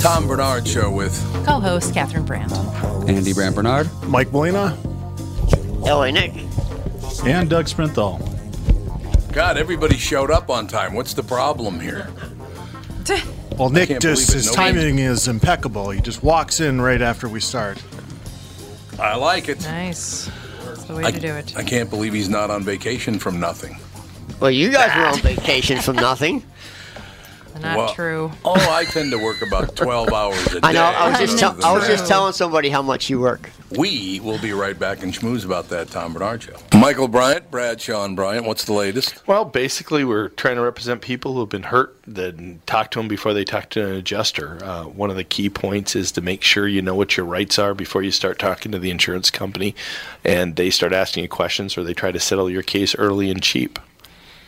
Tom Bernard Show with Co host Catherine Brandt. Andy Brandt Bernard. Mike Buena Hello, Nick. and Doug Sprinthal. God. Everybody showed up on time. What's the problem here? Well, Nick can't just believe it. his Nobody- timing is impeccable. He just walks in right after we start. I like it. Nice. That's the way I, to do it. I can't believe he's not on vacation from nothing. Well, you guys were on vacation from nothing. Not Well, true. Oh, I tend to work about 12 hours a day. I know. I was just Not tell- I was just true. telling somebody how much you work. We will be right back and schmooze about that Tom Bernard Show. Michael Bryant, Brad Sean Bryant, what's the latest? Well, basically, we're trying to represent people who've been hurt. Then talk to them before they talk to an adjuster. Uh, one of the key points is to make sure you know what your rights are before you start talking to the insurance company, and they start asking you questions or they try to settle your case early and cheap.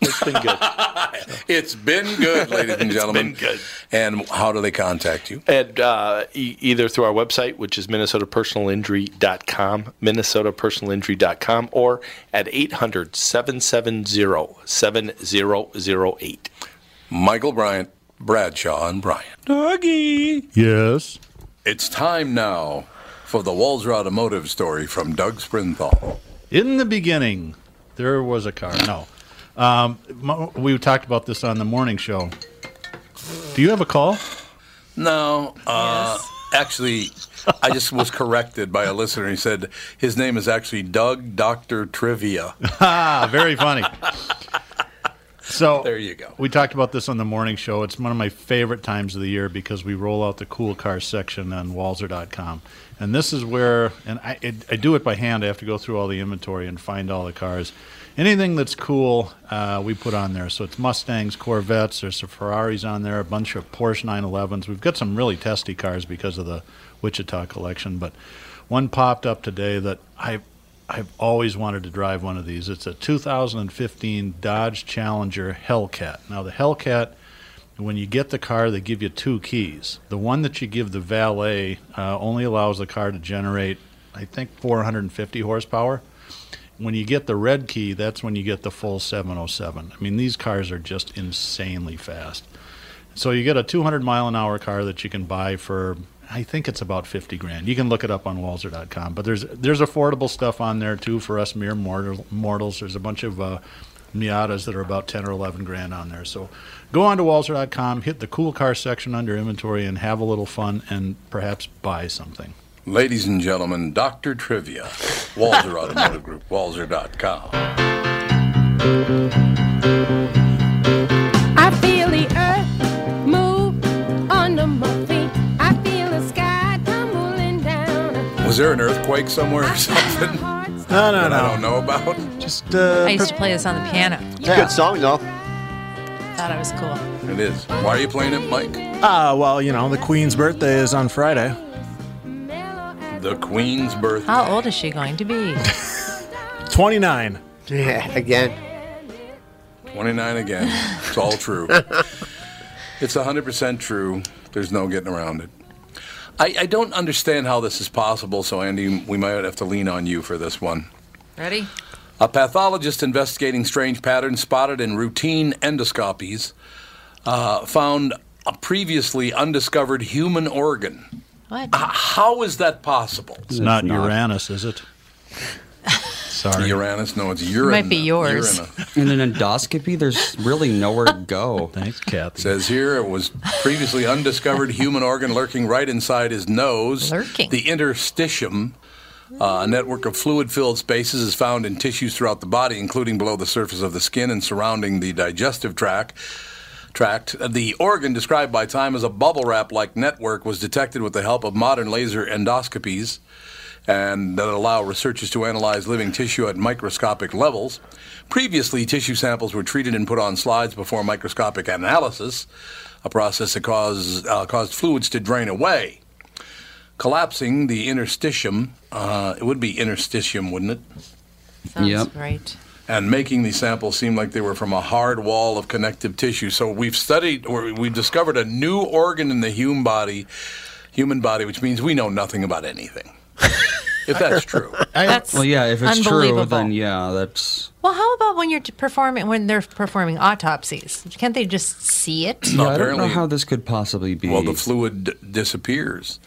It's been good. It's been good, ladies and gentlemen. been good. And how do they contact you? And uh, e- either through our website, which is minnesotapersonalinjury.com, minnesotapersonalinjury.com, or at 800-770-7008. Michael Bryant, Bradshaw, and Bryant. Dougie. Yes. It's time now for the Walzer Automotive story from Doug Sprinthal. In the beginning, there was a car. No. Um, mo- we talked about this on the morning show. Do you have a call? No, uh, actually, I just was corrected by a listener. He said his name is actually Doug Doctor Trivia. Ah, very funny. So There you go. We talked about this on the morning show. It's one of my favorite times of the year because we roll out the cool cars section on Walzer.com, and this is where and I it, I do it by hand. I have to go through all the inventory and find all the cars. Anything that's cool, uh, we put on there. So it's Mustangs, Corvettes. There's some Ferraris on there, a bunch of Porsche 911s. We've got some really testy cars because of the Wichita collection, but one popped up today that I I've always wanted to drive one of these. It's a 2015 Dodge Challenger Hellcat. Now, the Hellcat, when you get the car, they give you two keys. The one that you give the valet uh, only allows the car to generate, I think, 450 horsepower. When you get the red key, that's when you get the full 707. I mean, these cars are just insanely fast. So you get a 200 mile an hour car that you can buy for I think it's about 50 grand. You can look it up on walzer.com, but there's there's affordable stuff on there too for us mere mortal, mortals. There's a bunch of uh, Miatas that are about 10 or 11 grand on there. So go on to walzer.com, hit the cool car section under inventory and have a little fun and perhaps buy something. Ladies and gentlemen, Doctor Trivia, Walzer Automotive Group, Walzer.com. I feel the earth move under my feet. I feel the sky tumbling down. Was there an earthquake somewhere or something No, no, that I don't no. know about? Just uh, I used to play this on the piano. It's a good song though. Thought it was cool. It is. Why are you playing it, Mike? ah, well, you know, the Queen's birthday is on Friday. The Queen's birthday. How old is she going to be? 29. Yeah, again. 29 again. It's all true. it's 100% true. There's no getting around it. I, I don't understand how this is possible, so Andy, we might have to lean on you for this one. Ready? A pathologist investigating strange patterns spotted in routine endoscopies uh, found a previously undiscovered human organ. What? Ah, How is that possible? It's, not, not. Uranus, is it? Sorry. Uranus? No, it's urine. Might be yours. Uranus. In an endoscopy, there's really nowhere to go. Thanks, Kathy. Says here it was previously undiscovered human organ lurking right inside his nose. Lurking. The interstitium, uh, a network of fluid filled spaces, is found in tissues throughout the body, including below the surface of the skin and surrounding the digestive tract. tracked. The organ described by Time as a bubble wrap like network was detected with the help of modern laser endoscopies and that allow researchers to analyze living tissue at microscopic levels. Previously, tissue samples were treated and put on slides before microscopic analysis, a process that caused, uh, caused fluids to drain away. Collapsing the interstitium, uh, it would be interstitium, wouldn't it? Sounds Yep. great. and making these samples seem like they were from a hard wall of connective tissue. So we've studied, or we've discovered a new organ in the human body, human body, which means we know nothing about anything. if that's true, That's Well, yeah, if it's true, unbelievable. then yeah, that's. Well, how about when you're t- performing when they're performing autopsies? Can't they just see it? No, yeah, I don't know apparently- how this could possibly be. well, the fluid d- disappears.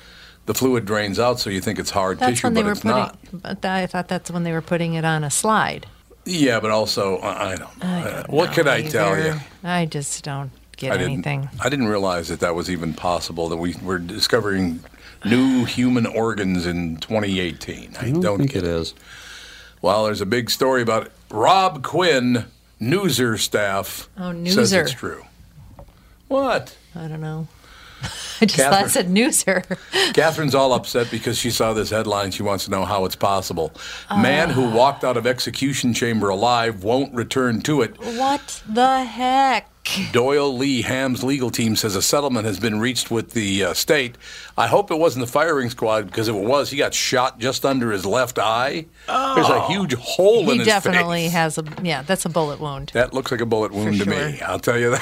The fluid drains out, so you think it's hard That's tissue, when they but were it's putting. not. But th- I thought that's when they were putting it on a slide. Yeah, but also, I I don't. uh, what could I tell you? Either. I just don't get I didn't. anything. I didn't realize that that was even possible. That we were discovering new human organs in 2018. I I don't, don't think get it is. Well, there's a big story about it. Rob Quinn, Newser staff. Oh, Says Newser. it's true. What? I don't know. I just thought I Catherine. said newser. Catherine's all upset because she saw this headline. She wants to know how it's possible. Uh. Man who walked out of execution chamber alive won't return to it. what the heck? Doyle Lee Ham's legal team says a settlement has been reached with the uh, state. I hope it wasn't the firing squad because if it was, he got shot just under his left eye. There's a huge hole in He his definitely face. has a yeah. That's a bullet wound. That looks like a bullet wound to me. sure. I'll tell you that.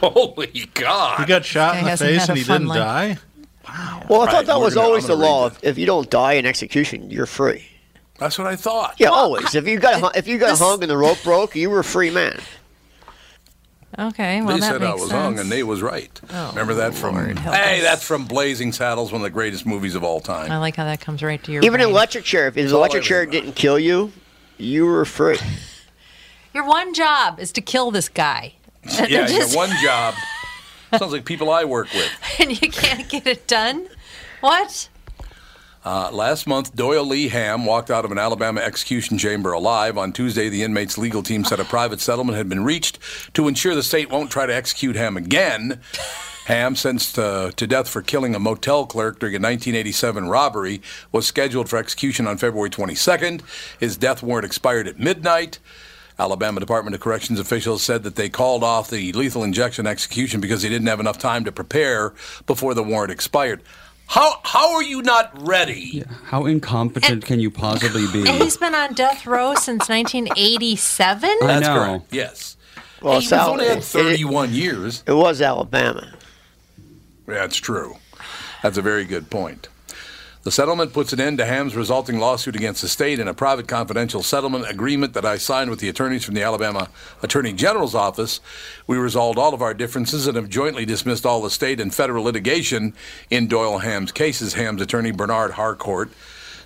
Holy He God! got shot Guy in the hasn't face had a and he fun didn't life. die. Well, I Right, thought that we're was gonna- always I'm the gonna law. read If, if you don't die in execution, you're free. That's what I thought. Yeah, always. If you got hu- if you got this- hung and the rope broke, you were a free man. Okay, well They that said I makes was sense. wrong, and they was right. Oh, Remember that from? Lord, help hey, us. Oh. that's from Blazing Saddles, one of the greatest movies of all I time. like how that comes right to your Even in brain. electric chair, if the all electric chair everything. didn't kill you, you were free. Your one job is to kill this guy, Yeah, yeah, just- one job. Sounds like people I work with. and you can't get it done. What? Uh, last month, Doyle Lee Ham walked out of an Alabama execution chamber alive. On Tuesday, the inmate's legal team said a private settlement had been reached to ensure the state won't try to execute Ham again. Ham, sentenced uh, to death for killing a motel clerk during a 1987 robbery, was scheduled for execution on February 22nd. His death warrant expired at midnight. Alabama Department of Corrections officials said that they called off the lethal injection execution because they didn't have enough time to prepare before the warrant expired. How, how are you not ready? How incompetent can you possibly be? And he's been on death row since 1987. I That's know. correct. Yes. Well, hey, it's you've only Al- had it- 31 years. It was Alabama. That's true. That's a very good point. The settlement puts an end to Ham's resulting lawsuit against the state in a private confidential settlement agreement that I signed with the attorneys from the Alabama Attorney General's office. We resolved all of our differences and have jointly dismissed all the state and federal litigation in Doyle Ham's cases, Ham's attorney Bernard Harcourt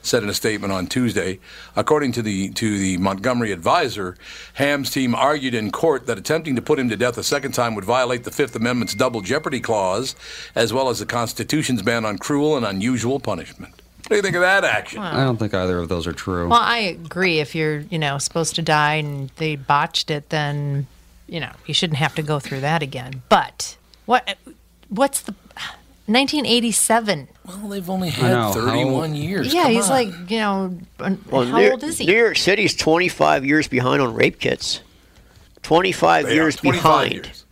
said in a statement on Tuesday. According to the to the Montgomery Advisor, Ham's team argued in court that attempting to put him to death a second time would violate the Fifth Amendment's double jeopardy clause, as well as the Constitution's ban on cruel and unusual punishment. What do you think of that action? I don't think either of those are true. Well, I agree. If you're, you know, supposed to die and they botched it, then, you know, you shouldn't have to go through that again. But what? What's the 1987? Well, they've only I had know, how- 31 years. Yeah, Come on. he's like, you know, un- Well, how New, old is he? New York City's 25 years behind on rape kits. 25 They are years 25 behind years.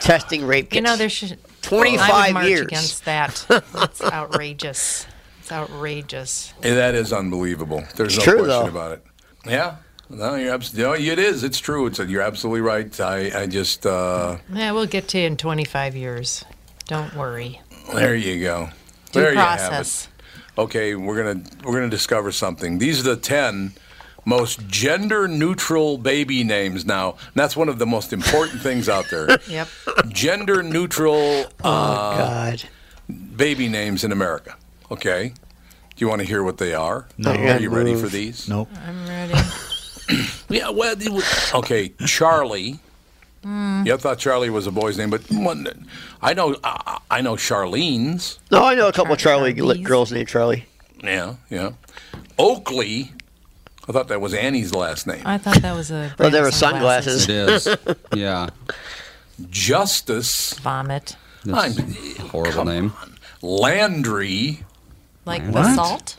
testing rape kits. you know, there should. 25 I would march years. against that. That's outrageous. It's outrageous. Hey, that is unbelievable. There's It's no true, question though. about it. Yeah. No, you're absolutely. No, it is. It's true. It's you're absolutely right. I, I just uh, Yeah, we'll get to you in 25 years. Don't worry. there you go. Due there you have it. process. okay we're gonna we're gonna discover something these are the 10 most gender neutral baby names now and that's one of the most important things out there Yep. gender neutral uh, God. baby names in america okay do you want to hear what they are no are Yeah, you ready move. for these Nope. I'm ready. yeah well they would- okay charlie yeah, I thought Charlie was a boy's name, but one, I know I, I know Charlene's. No, I know a couple of Charlie Charlies. girls named Charlie. Yeah, yeah. Oakley. I thought that was Annie's last name. I thought that was a. Well, brand there of were sunglasses. It is. yeah. Justice Vomit. That's I'm- a horrible name. Landry, Like What? the salt?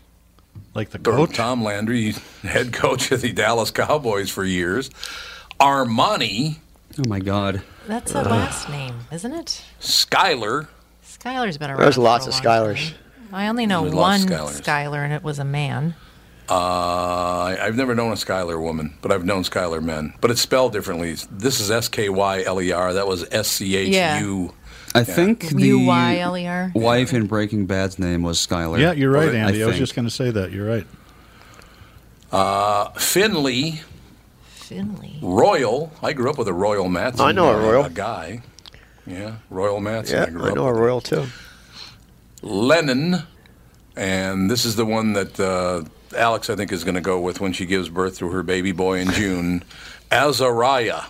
Like the or coach. Tom Landry, head coach of the Dallas Cowboys for years, Armani, Oh my god. That's a last name, isn't it? Skyler. Skylar's been around. There's for a lots of long Skylers. time. I only know There's one lots of Skylers. Skylar, and it was a man. Uh, I- I've never known a Skyler woman, but I've known Skyler men. But it's spelled differently. This is S K Y L E R. That was S C H U. I think the U Y L E R. wife in Breaking Bad's name was Skylar. Yeah, you're right, I Andy. I, was think. just going to say that. You're right. Finley Finley. Royal. I grew up with a Royal Matson. I know a Royal. A guy. Yeah, Royal Matson. Yeah, I grew I up know a with. royal too. Lennon, and this is the one that uh, Alex, I think, is going to go with when she gives birth to her baby boy in June. Azariah.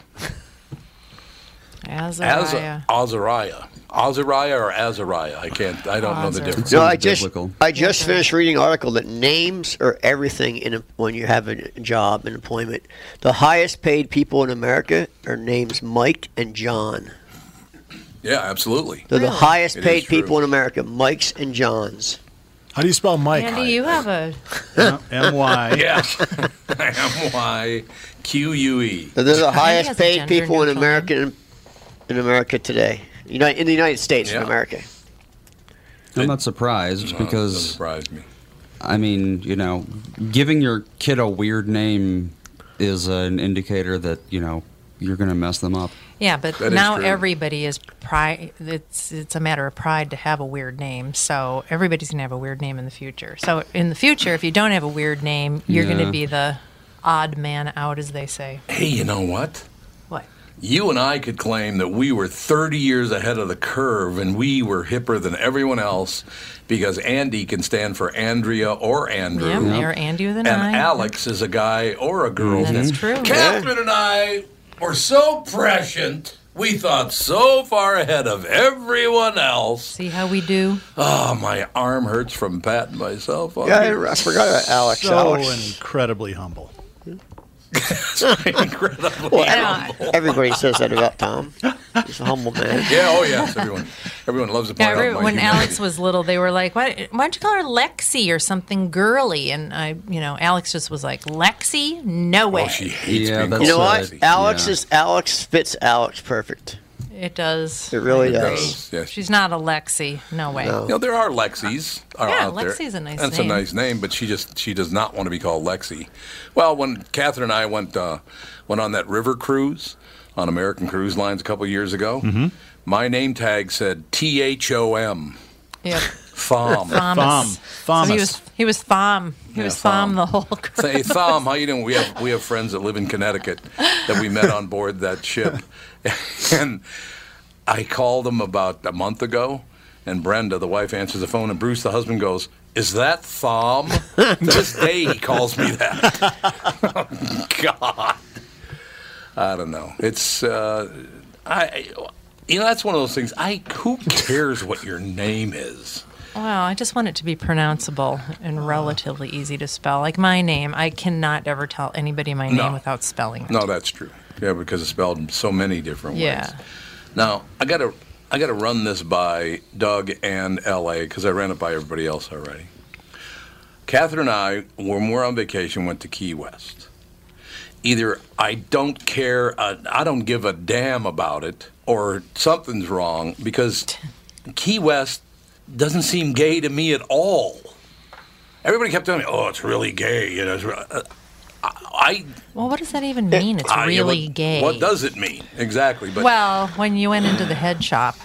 Azariah. Azariah. Azariah. Azariah or Azariah? I can't, I don't know the difference. No, I Sounds just biblical. I just finished reading an article that names are everything in a, when you have a job and employment. The highest paid people in America are names Mike and John. Yeah, absolutely. They're the Really? highest It is paid true. people in America, Mikes and Johns. How do you spell Mike? Andy, you have a M Y. Yeah. M Y Q U E. They're the highest has a paid people in gender-neutral America in, in America today. United, in the United States Yeah. in America. I'm not surprised Doesn't because surprise me. I mean, you know, giving your kid a weird name is an indicator that you know you're going to mess them up. yeah, but That is now true. everybody is pride. It's it's a matter of pride to have a weird name. So everybody's gonna have a weird name in the future. So in the future, if you don't have a weird name, you're Yeah. gonna be the odd man out, as they say. Hey, you know what? What? You and I could claim that we were 30 years ahead of the curve and we were hipper than everyone else because Andy can stand for Andrea or Andrew. Yeah, or Andy with an And I. Mm-hmm. Alex is a guy or a girl. That's true. Catherine and I were so prescient. We thought so far ahead of everyone else. See how we do. Oh, my arm hurts from patting myself on. Yeah, I, I forgot about Alex. So Alex. incredibly humble. Incredible. Well, every- everybody says that about Tom. He's a humble man. Yeah, oh yes, everyone, everyone loves to point Yeah, I out remember my when humility. Alex was little, they were like, why, why don't you call her Lexi or something girly? And I, you know, Alex just was like, Lexi? No way. Oh, she hates Yeah, being that's called You know what? Lexi. Alex Yeah. is Alex fits Alex perfect. it does. It really does. Yes, yes. She's not a Lexi. No way. You know, there are Lexis are Uh, Yeah, out there. Lexi's a nice That's name. a nice name, but she just she does not want to be called Lexi. Well, when Catherine and I went uh, went on that river cruise on American Cruise Lines a couple years ago, my name tag said T H O M. Yep. Thom. Thomas. Thom. So he Thomas. was he was Thom. He Yeah, was Thom Thom. the whole crew. Say, Thom, how you doing? We have we have friends that live in Connecticut that we met on board that ship, and I called them about a month ago, and Brenda, the wife, answers the phone, and Bruce, the husband, goes, "Is that Thom?" to this day, he calls me that. Oh, God, I don't know. It's uh, I. You know, that's one of those things. I who cares what your name is? Well, I just want it to be pronounceable and relatively easy to spell. Like my name, I cannot ever tell anybody my name No. without spelling it. No, that's true. Yeah, because it's spelled in so many different ways. Yeah. Now I gotta I gotta run this by Doug and LA because I ran it by everybody else already. Catherine and I, when we're on vacation, went to Key West. Either I don't care, uh, I don't give a damn about it, or something's wrong because Key West doesn't seem gay to me at all. Everybody kept telling me, "Oh, it's really gay." You know, it's re- uh, I, Well, what does that even mean? It's I- Eh, ah, yeah, really what, gay. What does it mean exactly? But Well, when you went into the head shop,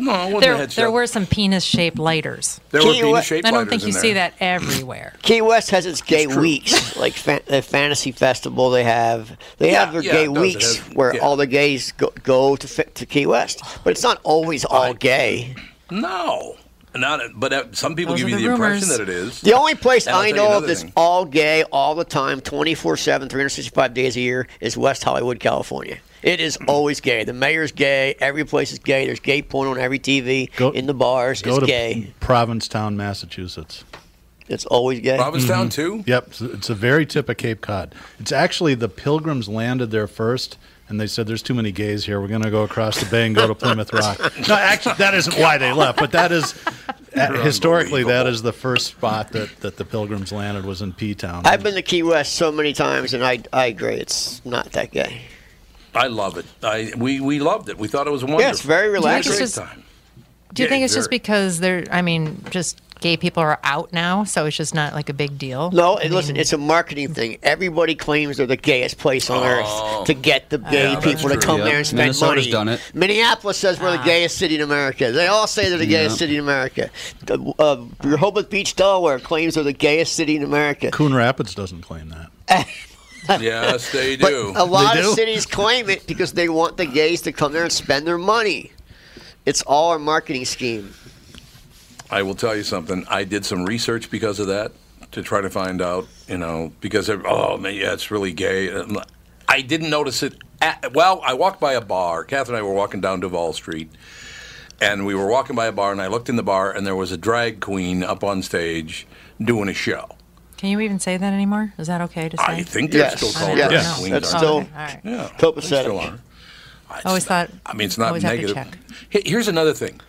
no, it wasn't a there, head there shop. were some penis shaped lighters. There Key were penis West- shaped I don't think you in there. see that everywhere. Key West has its gay weeks, like fa- the fantasy festival they have. They Yeah, have their yeah, it gay does. It weeks has- where yeah. all the gays go, go to fi- to Key West, but it's not always all gay. No, not. But uh, some people Those give are you the the, impression rumors. that it is. The only place And I'll I tell you know another of that's thing. all gay all the time, 24 7, 365 days a year, is West Hollywood, California. It is always gay. The mayor's gay. Every place is gay. There's gay porn on every TV, Go- in the bars. Go It's to gay. Provincetown, Massachusetts. It's always gay. Provincetown Mm-hmm. too. Yep, so it's a very tip of Cape Cod. It's actually the Pilgrims landed there first, and they said, "There's too many gays here. We're going to go across the bay and go to Plymouth Rock." No, actually, that isn't why they left, but that is historically that is the first spot that, that the Pilgrims landed was in P Town. I've been to Key West so many times, and I, I agree, it's not that gay. I love it. I we, we loved it. We thought it was wonderful. Yeah, it's very relaxing. Great It's just- time. Do you Yeah, think it's just very. because they're? I mean, just gay people are out now, so it's just not like a big deal. No, and listen, it's a marketing thing. Everybody claims they're the gayest place on Oh. earth to get the gay that's people to true, come yeah. there and spend Minnesota's money. done it. Minneapolis says Ah. we're the gayest city in America. They all say they're the gayest Yeah. city in America. The, Uh, Rehoboth Beach, Delaware claims they're the gayest city in America. Coon Rapids doesn't claim that. yes, they But do. a lot They of do? cities claim it because they want the gays to come there and spend their money. It's all a marketing scheme. I will tell you something. I did some research because of that to try to find out, you know, because of, oh man, yeah, it's really gay. And I didn't notice it. At, well, I walked by a bar. Catherine and I were walking down Duval Street, and we were walking by a bar, and I looked in the bar, and there was a drag queen up on stage doing a show. Can you even say that anymore? Is that okay to say? I think they're Yes. still called Yes. drag Yes. queens. That's aren't they? still- okay, all right. Yeah, Copacetic. they still are. It's Always not- thought- I mean, it's not always have to negative. check. He- Here's another thing.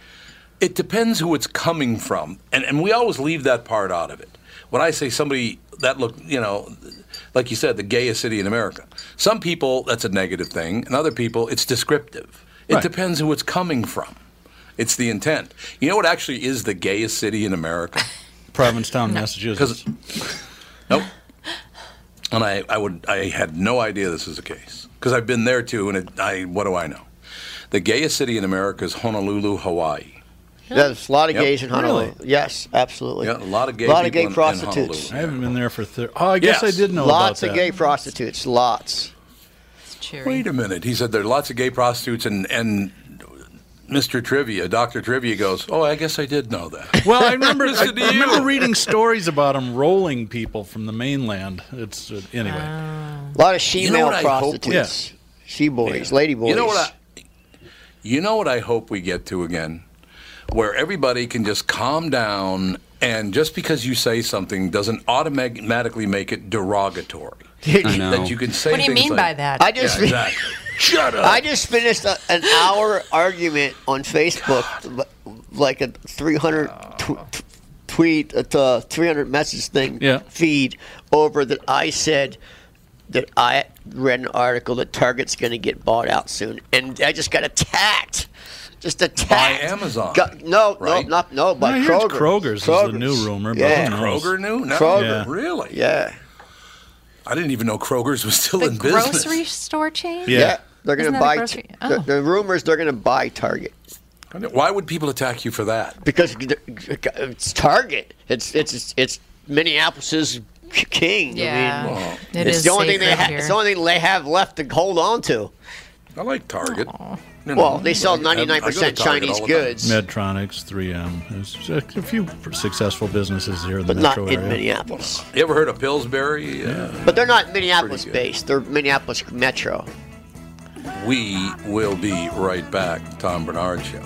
It depends who it's coming from, and and we always leave that part out of it. When I say somebody that look, you know, like you said, the gayest city in America. Some people that's a negative thing, and other people it's descriptive. It Right. depends who it's coming from. It's the intent. You know what actually is the gayest city in America? Provincetown, Massachusetts. Nope. And I, I would, I had no idea this was the case because I've been there too, and it, I, what do I know? The gayest city in America is Honolulu, Hawaii. There's a lot of Yep. gays in Honolulu. Yes, absolutely. Yeah, a lot of gay a lot people of gay in- in prostitutes. Honolulu. I haven't been there for. Thir- oh, I guess Yes. I did know lots about of that. gay prostitutes. Lots. It's cheery. Wait a minute, he said there are lots of gay prostitutes, and and Mr. Trivia, Doctor Trivia goes, oh, I guess I did know that. Well, I remember. I Listen to you. remember reading stories about them rolling people from the mainland. It's uh, anyway. A lot of she You know male what I hope we- prostitutes. She boys, lady boys. You know what I? You know what I hope we get to again, where everybody can just calm down, and just because you say something doesn't automatically make it derogatory. I know. That you can say. What do you things mean like- by that? I just Yeah, exactly. Shut up. I just finished a, an hour argument on Facebook, li- like a 300 Uh. tw- t- tweet, uh, a t- 300 message thing Yeah. feed over that I said that I read an article that Target's going to get bought out soon, and I just got attacked. Just attacked Amazon, Got- no, right? no, not no, I by hear Kroger. it's Kroger's is the new rumor, but Yeah, who knows? Kroger knew? No, Kroger. Really? yeah, I didn't even know Kroger's was still the in business. grocery store chain. Yeah. yeah. They're going Isn't to that a buy. grocery- t- Oh. the, the rumors they're going to buy Target. Why would people attack you for that? because it's Target. It's it's it's Minneapolis's king. Yeah. I mean, Well, It it's is the only thing they sacred ha- here. it's the only thing they have left to hold on to. I like Target. You know, Well, they sell I- I- I go to 99% Target all Chinese the time. goods, Medtronics, 3M. There's a few successful businesses here in the but not metro in area. Minneapolis. You ever heard of Pillsbury? Uh, But they're not Minneapolis good. based. They're Minneapolis Metro. We will be right back. Tom Bernard Show.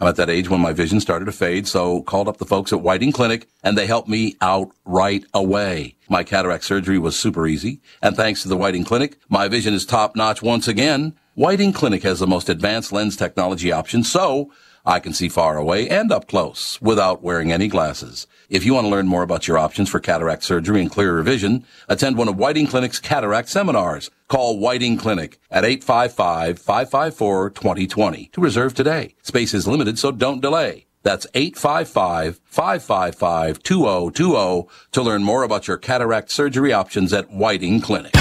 I'm at that age when my vision started to fade, so called up the folks at Whiting Clinic and they helped me out right away. My cataract surgery was super easy, and thanks to the Whiting Clinic, my vision is top notch once again. Whiting Clinic has the most advanced lens technology options, so I can see far away and up close without wearing any glasses. If you want to learn more about your options for cataract surgery and clearer vision, attend one of Whiting Clinic's cataract seminars. Call Whiting Clinic at 855-554-2020 to reserve today. Space is limited, so don't delay. That's 855 555 2020 to learn more about your cataract surgery options at Whiting Clinic.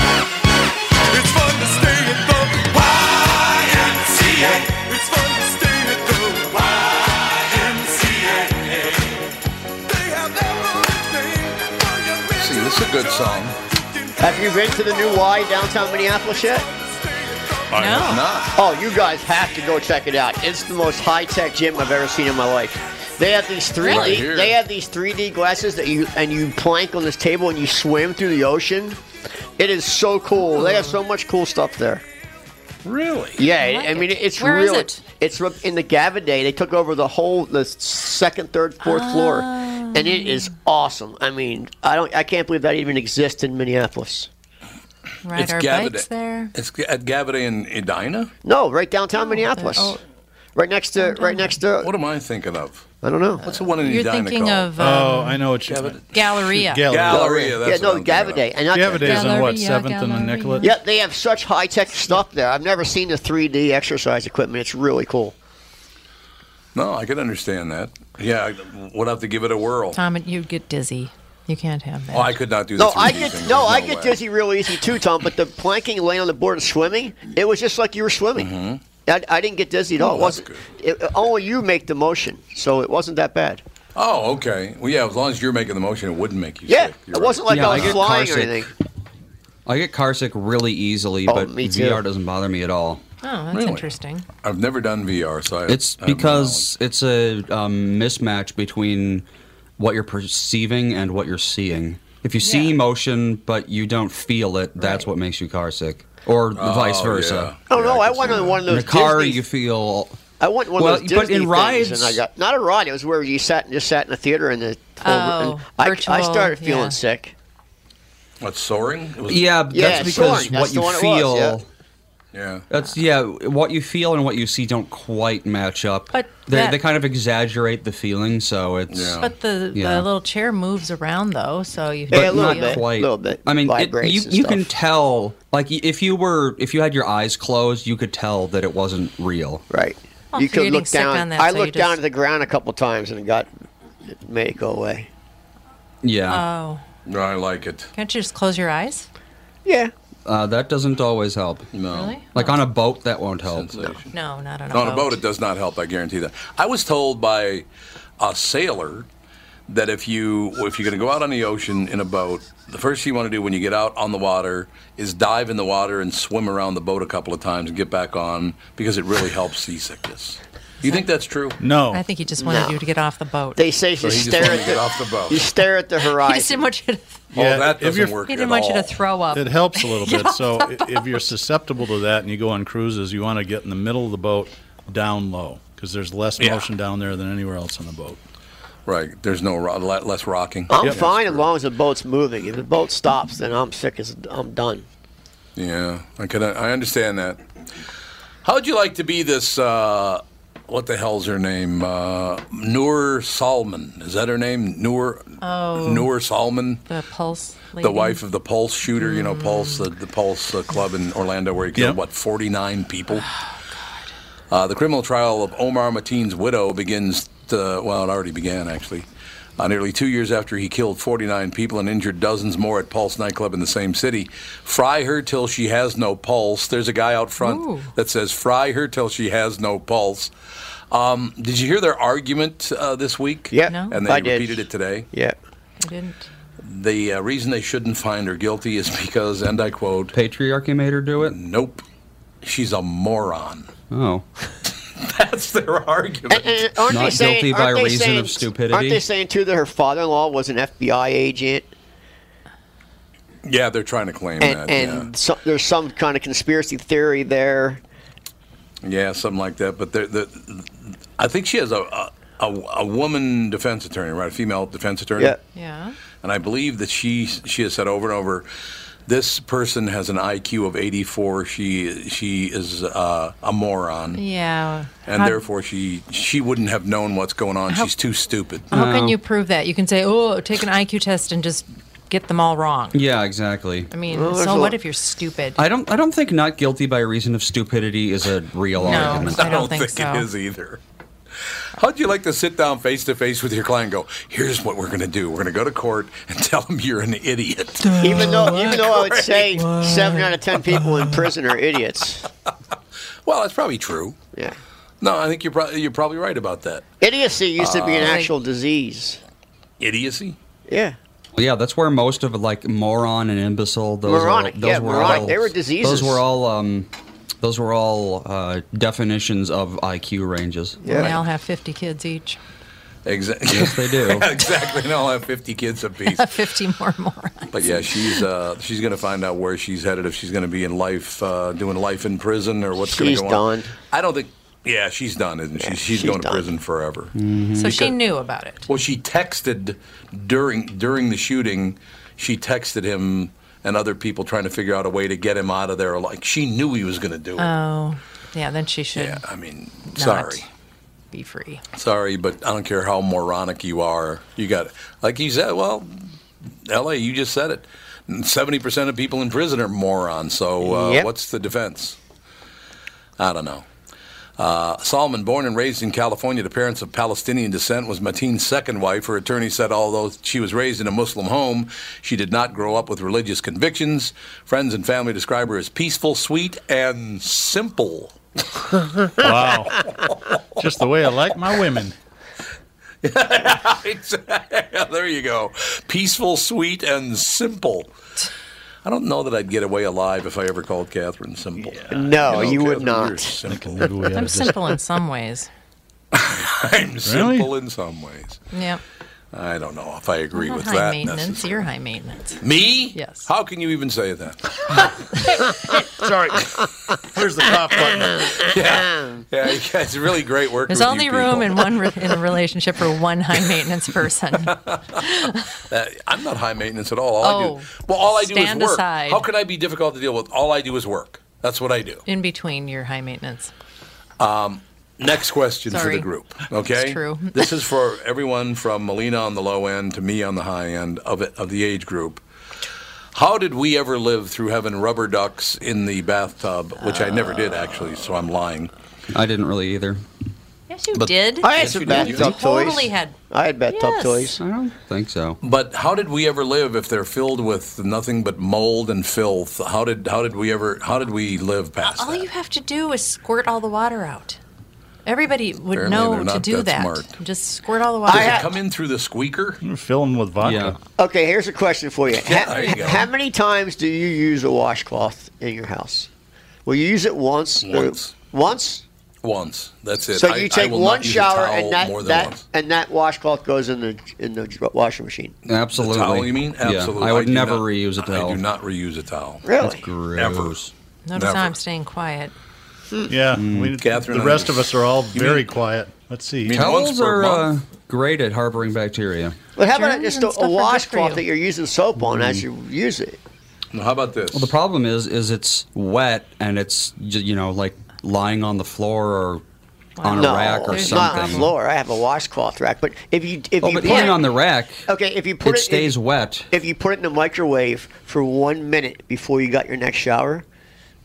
It's fun to stay at the YMCA. It's fun to stay at the YMCA. They have their own thing. See, this is a good song. Have you been to the new Y downtown Minneapolis yet? I No. have not. Oh, you guys have to go check it out. It's the most high-tech gym I've ever seen in my life. They have these 3D. Right here. they have these 3D glasses that you and you plank on this table and you swim through the ocean. It is so cool. They have so much cool stuff there. Really? Yeah, I I, like mean it. it's Where is real. it? It's re- in the Gavaday. They took over the whole the second, third, fourth floor, and it is awesome. I mean, I don't, I can't believe that even exists in Minneapolis. Ride It's our Gavaday. bikes there. It's g- at Gavaday in Edina? No, right downtown Minneapolis, oh. right next to, right next to. What am I thinking of? I don't know. What's the one in You're Edina thinking called? of, Oh, um, I know what you Galleria. Galleria, that's yeah, no, what I'm thinking of. Gavaday. And not Gavaday is on what, Galleria, Seventh and the Nicollet? Yeah, they have such high tech stuff there. I've never seen the 3D exercise equipment. It's really cool. No, I can understand that. Yeah, I would have to give it a whirl. Tom, you'd get dizzy. You can't have that. Oh, I could not do No, the I 3D get thing. no, There's I get way. dizzy real easy too, Tom. But the planking, laying on the board, and swimming, it was just like you were swimming. Mm-hmm. I, I didn't get dizzy at all. it Oh, wasn't it, only you make the motion, so it wasn't that bad. Oh, okay. Well, yeah, as long as you're making the motion, it wouldn't make you Yeah, sick. it wasn't like Yeah, I I was get flying or carsick. anything. I get car sick really easily, Oh, but me too. VR doesn't bother me at all. Oh, that's Really? interesting. I've never done VR, so I, It's I don't because it's a um, mismatch between what you're perceiving and what you're seeing. If you see emotion but you don't feel it, that's what makes you car sick, or Oh, vice versa. Oh no, I went on one of In a those car, Disney. you feel. I went one well, of those Disney but in things rides, and I got not a ride. It was where you sat and just sat in a theater and the Oh, and I, I virtual, started feeling yeah. sick. know. What, soaring? It was- yeah, but Yeah, that's because soaring, what that's the you one it feel. was, yeah. Yeah. That's yeah. What you feel and what you see don't quite match up. But they, that- they kind of exaggerate the feeling, so it's. But the, Yeah. the little chair moves around though, so you but feel not it. quite. I mean, it- you, you can tell. Like y- if you were, if you had your eyes closed, you could tell that it wasn't real. Right. Well, you if Oh, you're could getting look sick down. on that, I so you looked down just- at the ground a couple times and it got it made it go away. Yeah. Oh, No, I like it. can't you just close your eyes? Yeah. Uh, that doesn't always help. No. Really? Like on a boat, that won't Oh, help. No, not on a on boat. a boat, it does not help. I guarantee that. I was told by a sailor that if you if you're going to go out on the ocean in a boat, the first thing you want to do when you get out on the water is dive in the water and swim around the boat a couple of times and get back on because it really helps seasickness. You think that's true? No. I think he just wanted No. you to get off the boat. They say So you he just stare wanted at to get the- off the boat. You stare at the he horizon. just didn't want you to. oh, that if doesn't you're- work He at didn't want you to all. throw up. It helps a little Get bit. off So the i- if you're susceptible to that and you go on cruises, you want to get in the middle of the boat down low because there's less motion down there than anywhere else on the boat. Right. There's no ro- le- less rocking. I'm Yeah. fine as long as the boat's moving. If the boat stops, then I'm sick as I'm done. Yeah, I can. I understand that. How'd you like to be this? Uh, what the hell's her name? Uh, Noor Salman. Is that her name? Noor. Oh. Noor Salman, The pulse. the wife of the Pulse shooter. You know, Pulse, the, the Pulse uh, club in Orlando, where he killed what 49 people. Uh, the criminal trial of Omar Mateen's widow begins. To, well, it already began actually. Uh, nearly two years after he killed 49 people and injured dozens more at Pulse nightclub in the same city, fry her till she has no pulse. There's a guy out front Ooh. that says, "Fry her till she has no pulse." Um, did you hear their argument uh, this week? Yeah, No. and they I did. repeated it today. Yeah, I didn't. the uh, reason they shouldn't find her guilty is because, and I quote, patriarchy made her do it. Nope, she's a moron. Oh. That's their argument. Not aren't they saying, guilty by aren't they reason saying- of stupidity. Aren't they saying too that her father-in-law was an FBI agent, Yeah, they're trying to claim and, that. and so, there's some kind of conspiracy theory there? yeah. yeah, something like that. But they're, they I think she has a, a a a woman defense attorney, right? A female defense attorney. Yeah. Yeah. And I believe that she she has said over and over, this person has an IQ of 84. She she is uh, a moron. Yeah. And how, therefore, she she wouldn't have known what's going on. She's too stupid. how can you prove that? You can say, "Oh, take an IQ test and just get them all wrong." Yeah, exactly. I mean, so what if you're stupid? I don't. I don't think not guilty by reason of stupidity is a real No, argument. I don't I don't think think it so. is either. How'd you like to sit down face to face with your client and go, here's what we're going to do. We're going to go to court and tell them you're an idiot. Even though, even though I would say seven out of ten people in prison are idiots. Well, that's probably true. Yeah. No, I think you're, pro- you're probably right about that. Idiocy used to be an Uh, actual disease. Idiocy? Yeah. Yeah, that's where most of like moron and imbecile. Those Moronic, Were, those yeah, were moronic. All, They were diseases. Those were all. Um, those were all uh, definitions of IQ ranges. And They all have 50 kids each. Exactly. Yes, they do. exactly. And I'll have 50 kids apiece. 50 more morons. But yeah, she's uh, she's going to find out where she's headed if she's going to be in life, uh, doing life in prison, or what's going to She's go on. done. I don't think. Yeah, she's done, isn't she? she's, she's going done. to prison forever. So she Mm-hmm. Because- knew about it. Well, she texted during during the shooting. She texted him and other people trying to figure out a way to get him out of there. Like she knew he was going to do it. Oh, yeah, then she should. yeah, I mean, not sorry, Be free. sorry, but I don't care how moronic you are. You got like you said. Well, L.A. You just said it. Seventy percent of people in prison are morons. So uh, Yep. what's the defense? I don't know. Uh, Solomon, born and raised in California to parents of Palestinian descent, was Mateen's second wife. Her attorney said although she was raised in a Muslim home, she did not grow up with religious convictions. Friends and family describe her as peaceful, sweet, and simple. Wow. Just the way I like my women. there you go. Peaceful, sweet, and simple. I don't know that I'd get away alive if I ever called Catherine simple. No, you would Catherine, you're not. simple. I'm simple in some ways. I'm simple in some ways. Yeah. I don't know if I agree I'm with high that. maintenance. necessarily. You're high maintenance. Me? Yes. How can you even say that? Sorry. Where's the cough button? yeah. yeah, you guys, really great work. There's with only you room people. in one re- in a relationship for one high maintenance person. Uh, I'm not high maintenance at all. All I Oh, do, well, all I do stand is work. aside. How can I be difficult to deal with? All I do is work. That's what I do. In between your high maintenance. Um, next question for Sorry. the group. Okay. It's true. this is for everyone from Melina on the low end to me on the high end of it, of the age group. How did we ever live through having rubber ducks in the bathtub, which I never did actually, so I'm lying. I didn't really either. Yes, you But- did. I had Yes, some you did. bathtub You toys. totally had- I had bathtub Yes. toys. I don't think so. But how did we ever live if they're filled with nothing but mold and filth? How did how did we ever how did we live past All that? you have to do is squirt all the water out. Everybody would Apparently they're know to not do that that. smart. Just squirt all the Does water it out. come in through the squeaker? Fill them with Yeah. vodka. Okay, here's a question for you. Yeah, How- there you go. how many times do you use a washcloth in your house? Will you use it once? or- Once. once? Once. That's it. So I- you I take will one not use a shower towel and that, more than that once. and that washcloth goes in the in the dr- washing machine. Absolutely. The towel, you mean? Absolutely. Yeah, I would do never not- reuse a towel. I do not reuse a towel. Really? Gross. Notice Never. how I'm staying quiet. Yeah. we- Catherine, the rest I- of us are all You very mean- quiet. Let's see. mean- Once Towels per are uh, month. great at harboring bacteria. But how about Germs just and a, stuff are a good for washcloth you. that you're using soap on as you use it? Now, how about this? Well, the problem is, is it's wet and it's j- you know like lying on the floor or on a no, rack or it's something. not on the floor. I have a washcloth rack. But if you if Oh, you but put lying it, on the rack, okay, if you put it it, stays if, wet. if you put it in the microwave for one minute before you got your next shower,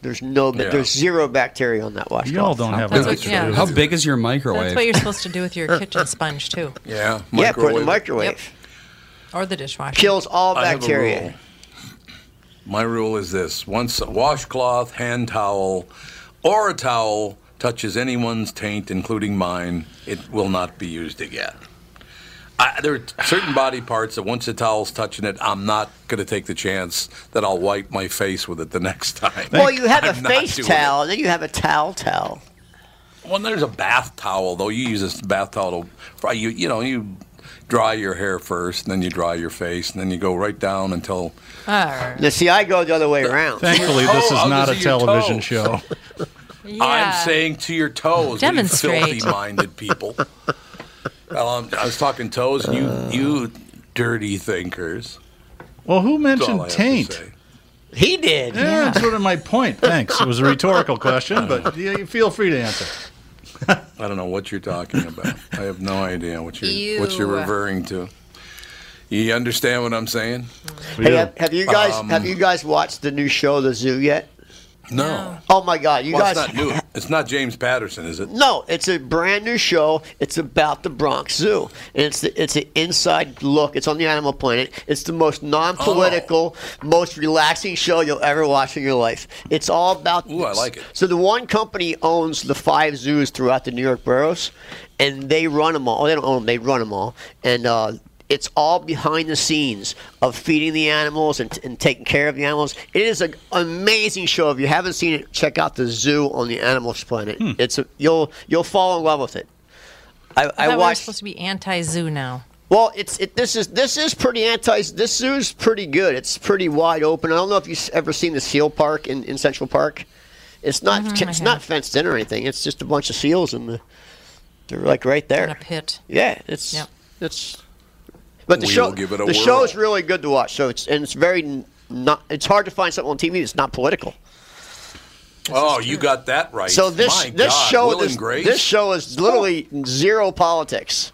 there's no Yeah. there's zero bacteria on that washcloth. You all don't have That's that. what- yeah. How big is your That's microwave? what you're supposed to do with your kitchen sponge too, yeah, Yeah, put it in the microwave. Yep. or the dishwasher. Kills all I have a bacteria. rule. My rule is this: once a washcloth, hand towel, or a towel touches anyone's taint, including mine, it will not be used again. I, there are certain body parts that once the towel's touching it, I'm not going to take the chance that I'll wipe my face with it the next time. Well, you have a I'm not face doing towel, and then you have a towel towel. When there's a bath towel, though, you use this bath towel to fry you. You know, you dry your hair first, and then you dry your face, and then you go right down until. Arr, Now, see, I go the other way around. Thankfully, this Oh, I is was not a gonna say your television toe. show. yeah. I'm saying to your toes, Demonstrate. filthy-minded people. well, I'm, I was talking toes, and you, you dirty thinkers. Well, who That's all I mentioned have to taint? say. He did. Yeah, that's sort of my point. Thanks. It was a rhetorical question, but yeah, you feel free to answer. I don't know what you're talking about. I have no idea what you're what you're Ew. referring to. You understand what I'm saying? Hey, have, have you guys have you guys watched the new show The Zoo yet? No. Oh my God, you Well, guys it's not new. It's not James Patterson, is it? No, it's a brand new show. It's about the Bronx Zoo, and it's the, it's an inside look. It's on the Animal Planet. It's the most non-political, most relaxing show you'll ever watch in your life. It's all about. Ooh, I like it. So the one company owns the five zoos throughout the New York boroughs, and they run them all. Oh, They don't own them; they run them all, and. Uh, it's all behind the scenes of feeding the animals and, and taking care of the animals. It is an amazing show. If you haven't seen it, check out the zoo on the Animals Planet. It's a, you'll you'll fall in love with it. I, I, I thought we were watched. supposed to be anti-zoo now. Well, it's it, this is this is pretty anti. This zoo's pretty good. It's pretty wide open. I don't know if you've ever seen the seal park in, in Central Park. It's not Mhm, I it's have. not fenced in or anything. It's just a bunch of seals and the, they're like right there. In a pit. Yeah, it's Yep. it's. But the We show will give it a the whirl. show's really good to watch. So it's and it's very n- not. It's hard to find something on TV that's not political. oh, you got that right. So this My this God, show Will this, and Grace. this show is literally zero politics.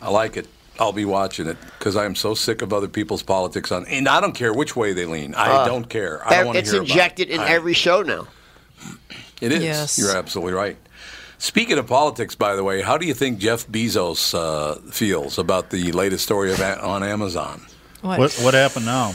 I like it. I'll be watching it because I am so sick of other people's politics on, and I don't care which way they lean. I Uh, don't care. I don't want to it's hear about it. injected in I- every show now. It is. Yes. You're absolutely right. Speaking of politics, by the way, how do you think Jeff Bezos uh, feels about the latest story of a- on Amazon? What? What- what happened now?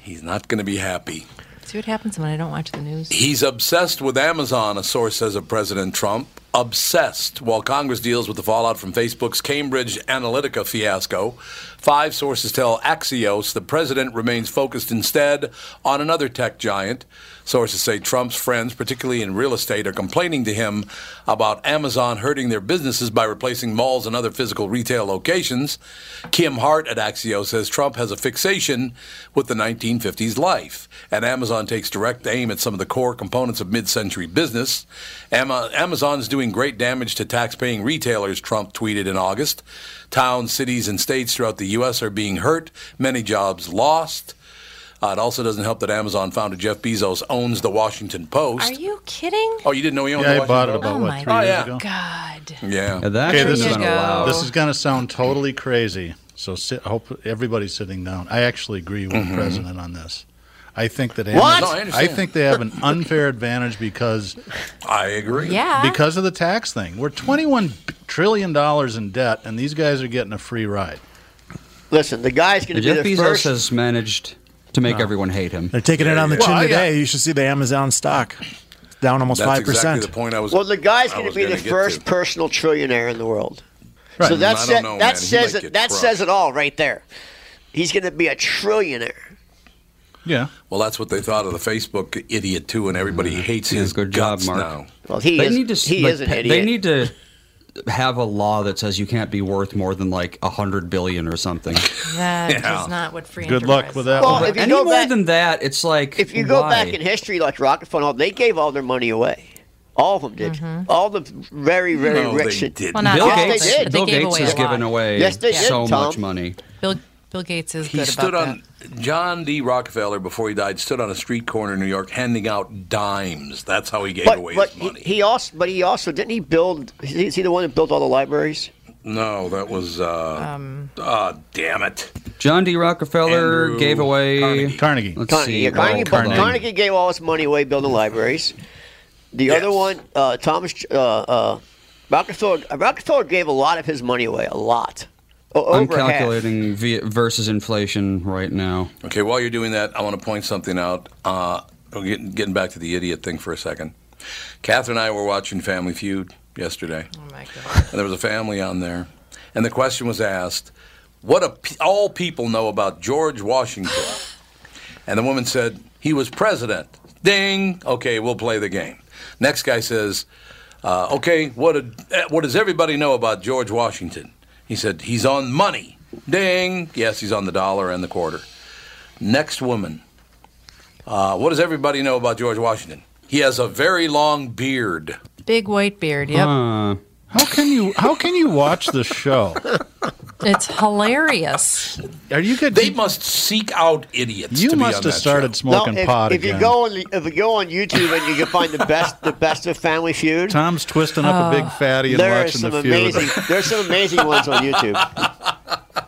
He's not going to be happy. See what happens when I don't watch the news. He's obsessed with Amazon, a source says of President Trump. Obsessed. While Congress deals with the fallout from Facebook's Cambridge Analytica fiasco, five sources tell Axios the president remains focused instead on another tech giant. Sources say Trump's friends, particularly in real estate, are complaining to him about Amazon hurting their businesses by replacing malls and other physical retail locations. Kim Hart at Axios says Trump has a fixation with the 1950s life, and Amazon takes direct aim at some of the core components of mid century business. Am- Amazon's doing great damage to tax paying retailers, Trump tweeted in August. Towns, cities, and states throughout the U.S. are being hurt, many jobs lost. Uh, it also doesn't help that Amazon founder Jeff Bezos owns the Washington Post. Are you kidding? Oh, you didn't know he owned Yeah, the I Washington bought it Post? about, Oh what, my three years God. ago? God. Yeah. okay, this years is, ago. this is going to sound totally crazy. So sit, I hope everybody's sitting down. I actually agree with Mhm. the Mm-hmm. president on this. I think that What? No, I Amazon, understand. think they have an unfair advantage because I agree. Yeah. Because of the tax thing. We're 21 trillion dollars in debt and these guys are getting a free ride. Listen, the guy's going Jeff Bezos has managed to make No. everyone hate him. They're taking it on the Well, chin I- today. You should see the Amazon stock. It's down almost That's five exactly percent. the point I was. Well, the guy's I going was to be the gonna get first to. personal trillionaire in the world. Right. So that Mm, I sa- don't know, that man. He says might it, get that crushed. says it all right there. He's going to be a trillionaire. Yeah. Well, that's what they thought of the Facebook idiot too, and everybody hates his good guts job, Mark. now. They need to, like, pa- They need to have a law that says you can't be worth more than like a hundred billion or something. That is Yeah. not what free enterprise- Well, if you Any go more back- than that, it's like If you go why? back in history, like Rockefeller, they gave all their money away. All of them did. All the very, very No, rich. they and- didn't. Well, not Bill all of yes, them, but they did. they Bill gave Gates away has a lot. given away Yes, they did, so Tom. much money. Bill Bill Gates is He good stood about on John D. Rockefeller before he died. Stood on a street corner in New York, handing out dimes. That's how he gave But, away but his he, money. he also, but he also didn't he build? Is he the one that built all the libraries? No, that was. Uh, Um, oh, damn it! John D. Rockefeller Andrew gave away Carnegie. Carnegie. Let's Carnegie, see. yeah, Carnegie, Oh, Carnegie. Carnegie gave all his money away building libraries. The other one, uh, Thomas uh, uh, Rockefeller, uh, Rockefeller gave a lot of his money away, a lot, o- I'm over half. calculating v- versus inflation right now. Okay, while you're doing that, I want to point something out. Uh, getting, getting back to the idiot thing for a second. Catherine and I were watching Family Feud yesterday. Oh my god! And there was a family on there, and the question was asked, "What a p all people know about George Washington?" and the woman said, "He was president." Ding. Okay, we'll play the game. Next guy says, uh, "Okay, what did, eh, what does everybody know about George Washington?" He said, "He's on money." Ding. Yes, he's on the dollar and the quarter. Next woman. Uh, what does everybody know about George Washington? He has a very long beard. it. Big white beard. Yep. How can you how can you watch this show? It's hilarious. Are you good? They must seek out idiots. You to must be on have that started show. smoking if, pot if again. you go on the- if you go on YouTube and you can find the best the best of Family Feud. Tom's twisting up a big fatty and Oh, there are watching some the feud. amazing. There's some amazing ones on YouTube. Well,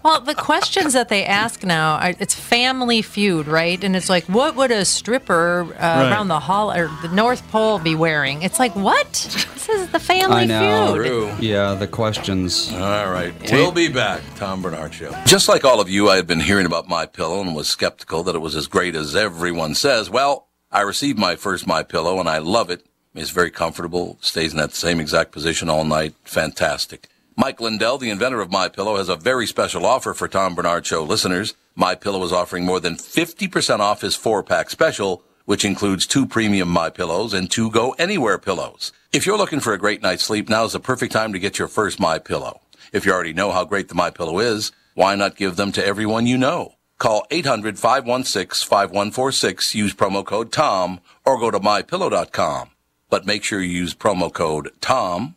Well, the questions that they ask now, are, it's Family Feud, right? And it's like, what would a stripper uh, Right. around the hall or the North Pole be wearing? It's like, what? This is the Family I know. Feud. Yeah, the questions. All right. We'll be back. Tom Bernard Show. Just like all of you, I had been hearing about My Pillow and was skeptical that it was as great as everyone says. Well, I received my first My Pillow and I love it. It's very comfortable, stays in that same exact position all night. Fantastic. Mike Lindell, the inventor of My Pillow, has a very special offer for Tom Bernard Show listeners. My Pillow is offering more than 50% off his four-pack special, which includes two premium My Pillows and two Go Anywhere pillows. If you're looking for a great night's sleep, now is the perfect time to get your first My Pillow. If you already know how great the My Pillow is, why not give them to everyone you know? Call 800-516-5146, use promo code TOM, or go to mypillow.com. But make sure you use promo code TOM.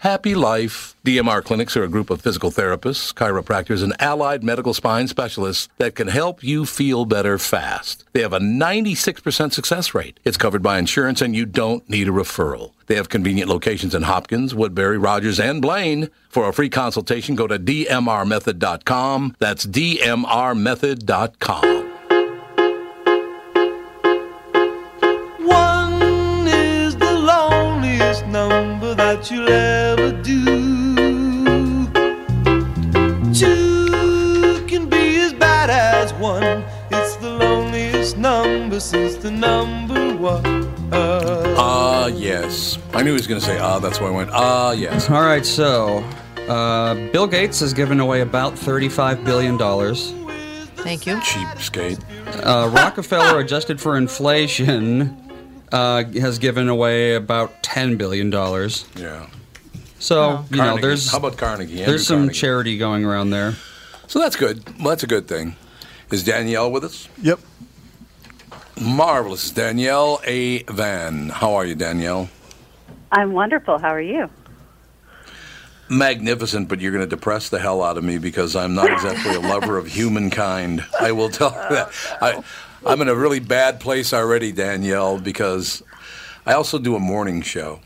happy life. DMR clinics are a group of physical therapists, chiropractors, and allied medical spine specialists that can help you feel better fast. They have a 96% success rate. It's covered by insurance and you don't need a referral. They have convenient locations in Hopkins, Woodbury, Rogers, and Blaine. For a free consultation, go to dmrmethod.com. That's dmrmethod.com. One is the loneliest number that you'll ever do. Two can be as bad as one. It's the loneliest number since the number one. Ah, yes. I knew he was going to say, ah, that's why I went, ah, yes. All right, so uh, Bill Gates has given away about $35 billion. Thank you. Cheapskate. Uh, Rockefeller, adjusted for inflation, uh, has given away about $10 billion. Yeah. So, you know, Carnegie. there's. How about Carnegie? Andrew there's some Carnegie. charity going around there. So that's good. Well, that's a good thing. Is Danielle with us? Yep. Marvelous. Danielle A. Van. How are you, Danielle? I'm wonderful. How are you? Magnificent, but you're going to depress the hell out of me because I'm not exactly a lover of humankind. I will tell you that. I, I'm in a really bad place already, Danielle, because I also do a morning show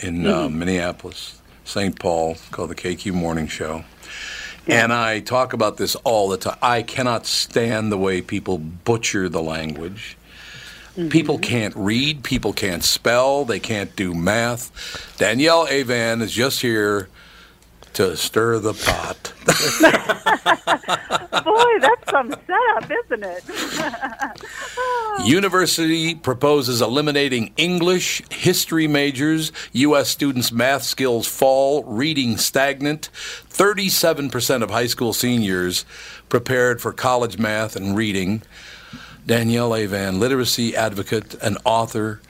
in uh, Mhm. Mm-hmm. Minneapolis, St. Paul, called the KQ Morning Show. And I talk about this all the time. I cannot stand the way people butcher the language. People can't read, people can't spell, they can't do math. Danielle Avan is just here to stir the pot. Boy, that's some setup, isn't it? University proposes eliminating English history majors. U.S. students' math skills fall, reading stagnant. 37% of high school seniors prepared for college math and reading. Danielle Avan, literacy advocate and author.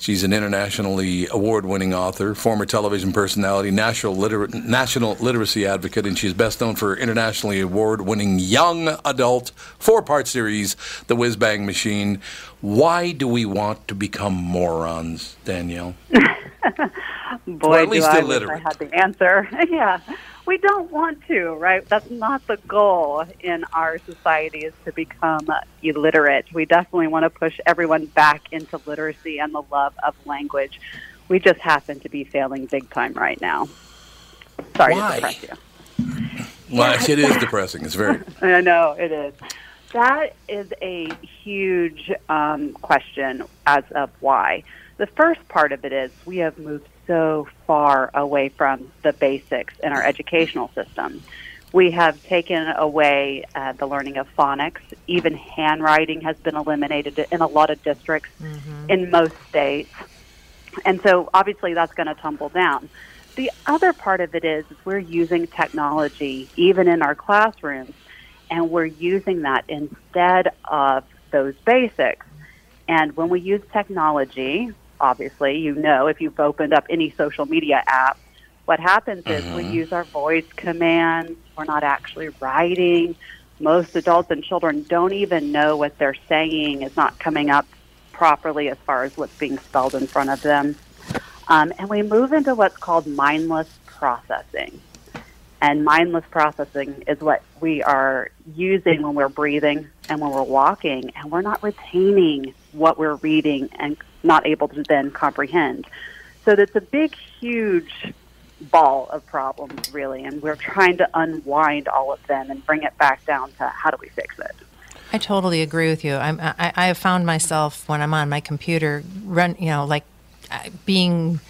She's an internationally award-winning author, former television personality, national, liter- national literacy advocate, and she's best known for her internationally award-winning young adult four-part series, The Whiz Bang Machine. Why do we want to become morons, Danielle? Boy, Or at do least I illiterate. wish I had the answer. yeah, we don't want to, right? That's not the goal in our society is to become illiterate. We definitely want to push everyone back into literacy and the love of language. We just happen to be failing big time right now. Sorry to depress you. Well, it is depressing. It's very I know it is. That is a huge um, question as of why. The first part of it is we have moved so far away from the basics in our educational system. We have taken away uh, the learning of phonics. Even handwriting has been eliminated in a lot of districts in most states. And so obviously that's going to tumble down. The other part of it is, is we're using technology even in our classrooms, and we're using that instead of those basics. And when we use technology, obviously, you know, if you've opened up any social media app, what happens is we Mhm. use our voice commands. We're not actually writing. Most adults and children don't even know what they're saying. It's not coming up properly as far as what's being spelled in front of them. Um, and we move into what's called mindless processing. And mindless processing is what we are using when we're breathing and when we're walking, and we're not retaining what we're reading and not able to then comprehend. So that's a big, huge ball of problems, really. And we're trying to unwind all of them and bring it back down to how do we fix it? I totally agree with you. I'm, I, I have found myself when I'm on my computer, run, you know, like uh, being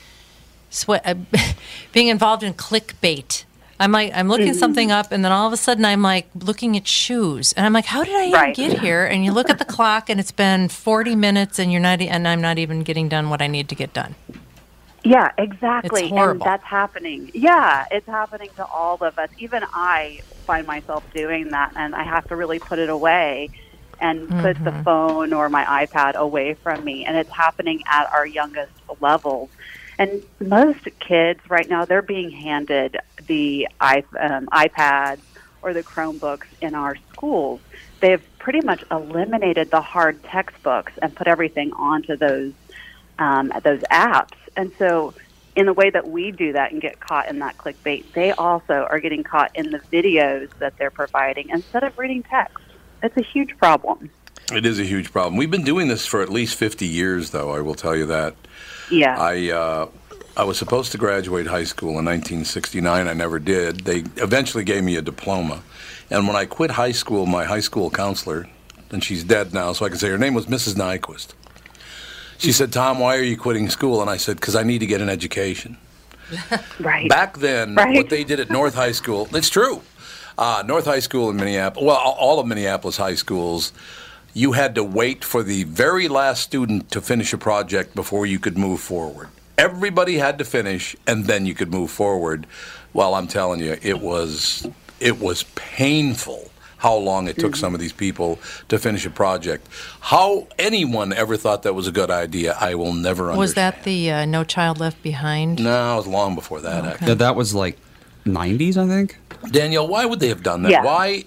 swe- uh, being involved in clickbait. I'm like, I'm looking Mhm. something up, and then all of a sudden, I'm like looking at shoes, and I'm like, how did I even get here? And you look at the clock, and it's been 40 minutes, and you're not, e- and I'm not even getting done what I need to get done. Yeah, exactly. horrible. And that's happening. Yeah, it's happening to all of us. Even I find myself doing that, and I have to really put it away and put the phone or my iPad away from me. And it's happening at our youngest levels. And most kids right now, they're being handed the i- um, iPads or the Chromebooks in our schools. They've pretty much eliminated the hard textbooks and put everything onto those um, those apps. And so, in the way that we do that and get caught in that clickbait, they also are getting caught in the videos that they're providing instead of reading text. It's a huge problem. It is a huge problem. We've been doing this for at least 50 years, though, I will tell you that. Yeah. I uh, I was supposed to graduate high school in 1969. I never did. They eventually gave me a diploma, and when I quit high school, my high school counselor, and she's dead now, so I can say her name was Mrs. Nyquist. She said, "Tom, why are you quitting school?" And I said, "Because I need to get an education." Right. Back then, what they did at North High School, it's true. Uh, North High School in Minneapolis, well, all- all of Minneapolis high schools, you had to wait for the very last student to finish a project before you could move forward. Everybody had to finish, and then you could move forward. Well, I'm telling you, it was it was painful how long it took some of these people to finish a project. How anyone ever thought that was a good idea, I will never understand. Was that the uh, No Child Left Behind? No, it was long before that. Okay. Actually. That was like 90s, I think. Daniel, why would they have done that? Yeah. Why?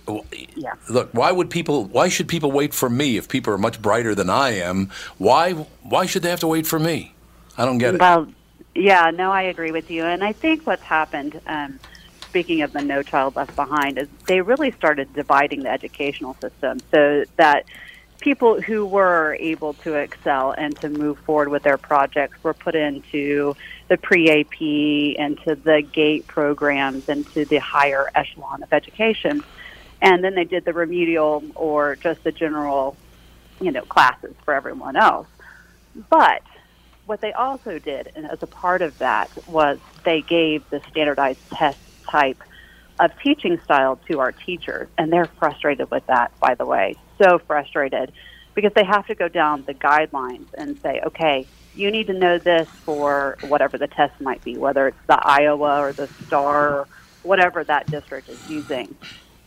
Look, why would people? Why should people wait for me if people are much brighter than I am? Why? Why should they have to wait for me? I don't get it. Well, yeah, no, I agree with you. And I think what's happened, um, speaking of the No Child Left Behind, is they really started dividing the educational system so that people who were able to excel and to move forward with their projects were put into the pre AP, into the GATE programs, into the higher echelon of education. And then they did the remedial or just the general, you know, classes for everyone else. But what they also did and as a part of that was they gave the standardized test type of teaching style to our teachers and they're frustrated with that by the way so frustrated because they have to go down the guidelines and say okay you need to know this for whatever the test might be whether it's the iowa or the star or whatever that district is using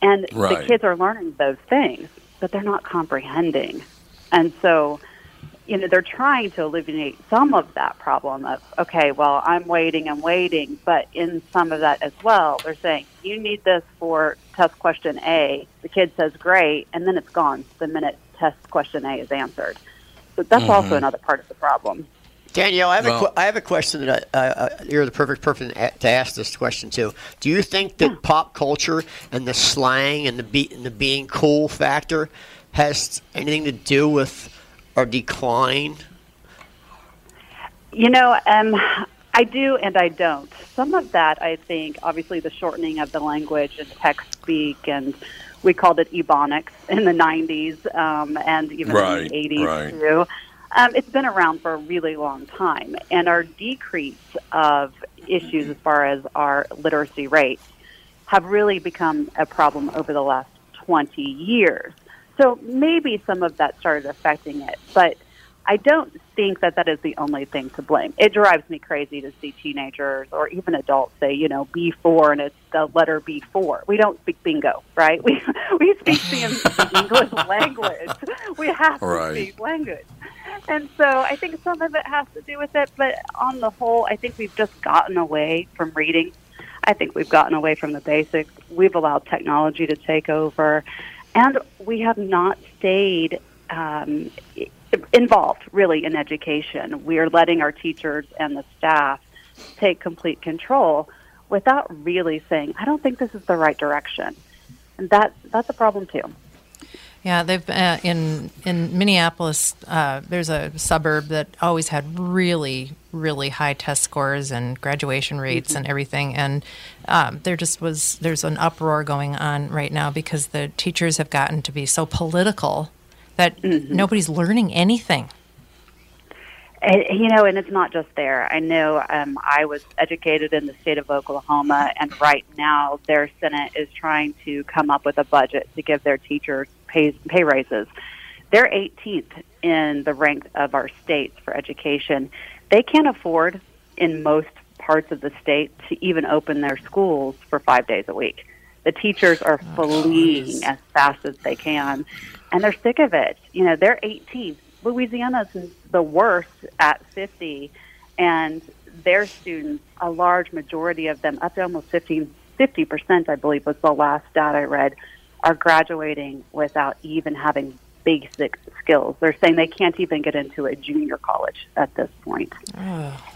and Right. the kids are learning those things but they're not comprehending and so you know they're trying to eliminate some of that problem of okay well i'm waiting i'm waiting but in some of that as well they're saying you need this for test question a the kid says great and then it's gone the minute test question a is answered so that's also Mhm. another part of the problem Danielle, I have, Well- a, que- I have a question that I, uh, you're the perfect person a- to ask this question to. Do you think that pop culture and the slang and the be- and the being cool factor has anything to do with our decline? You know, um, I do and I don't. Some of that, I think, obviously the shortening of the language and text speak, and we called it ebonics in the 90s um, and even in Right, the 80s, right. too. Um, it's been around for a really long time. And our decrease of Mm-hmm. issues as far as our literacy rates have really become a problem over the last 20 years. So maybe some of that started affecting it. But I don't think that that is the only thing to blame. It drives me crazy to see teenagers or even adults say, you know, B4 and it's the letter B4. We don't speak bingo, right? We we speak the English language. We have to Right. speak language. And so I think some of it has to do with it, but on the whole, I think we've just gotten away from reading. I think we've gotten away from the basics. We've allowed technology to take over, and we have not stayed um, i- involved really in education. We are letting our teachers and the staff take complete control without really saying, "I don't think this is the right direction," and that that's a problem too. Yeah, they've uh, in in Minneapolis. Uh, there's a suburb that always had really, really high test scores and graduation rates and everything. And um, there just was there's an uproar going on right now because the teachers have gotten to be so political that nobody's learning anything. And, you know, and it's not just there. I know um, I was educated in the state of Oklahoma, and right now their Senate is trying to come up with a budget to give their teachers pay, pay raises. They're 18th in the rank of our states for education. They can't afford, in most parts of the state, to even open their schools for five days a week. The teachers are fleeing as fast as they can, and they're sick of it. You know, they're 18th. Louisiana's the worst at 50, and their students, a large majority of them, up to almost 15, 50%, I believe was the last stat I read, are graduating without even having basic skills. They're saying they can't even get into a junior college at this point.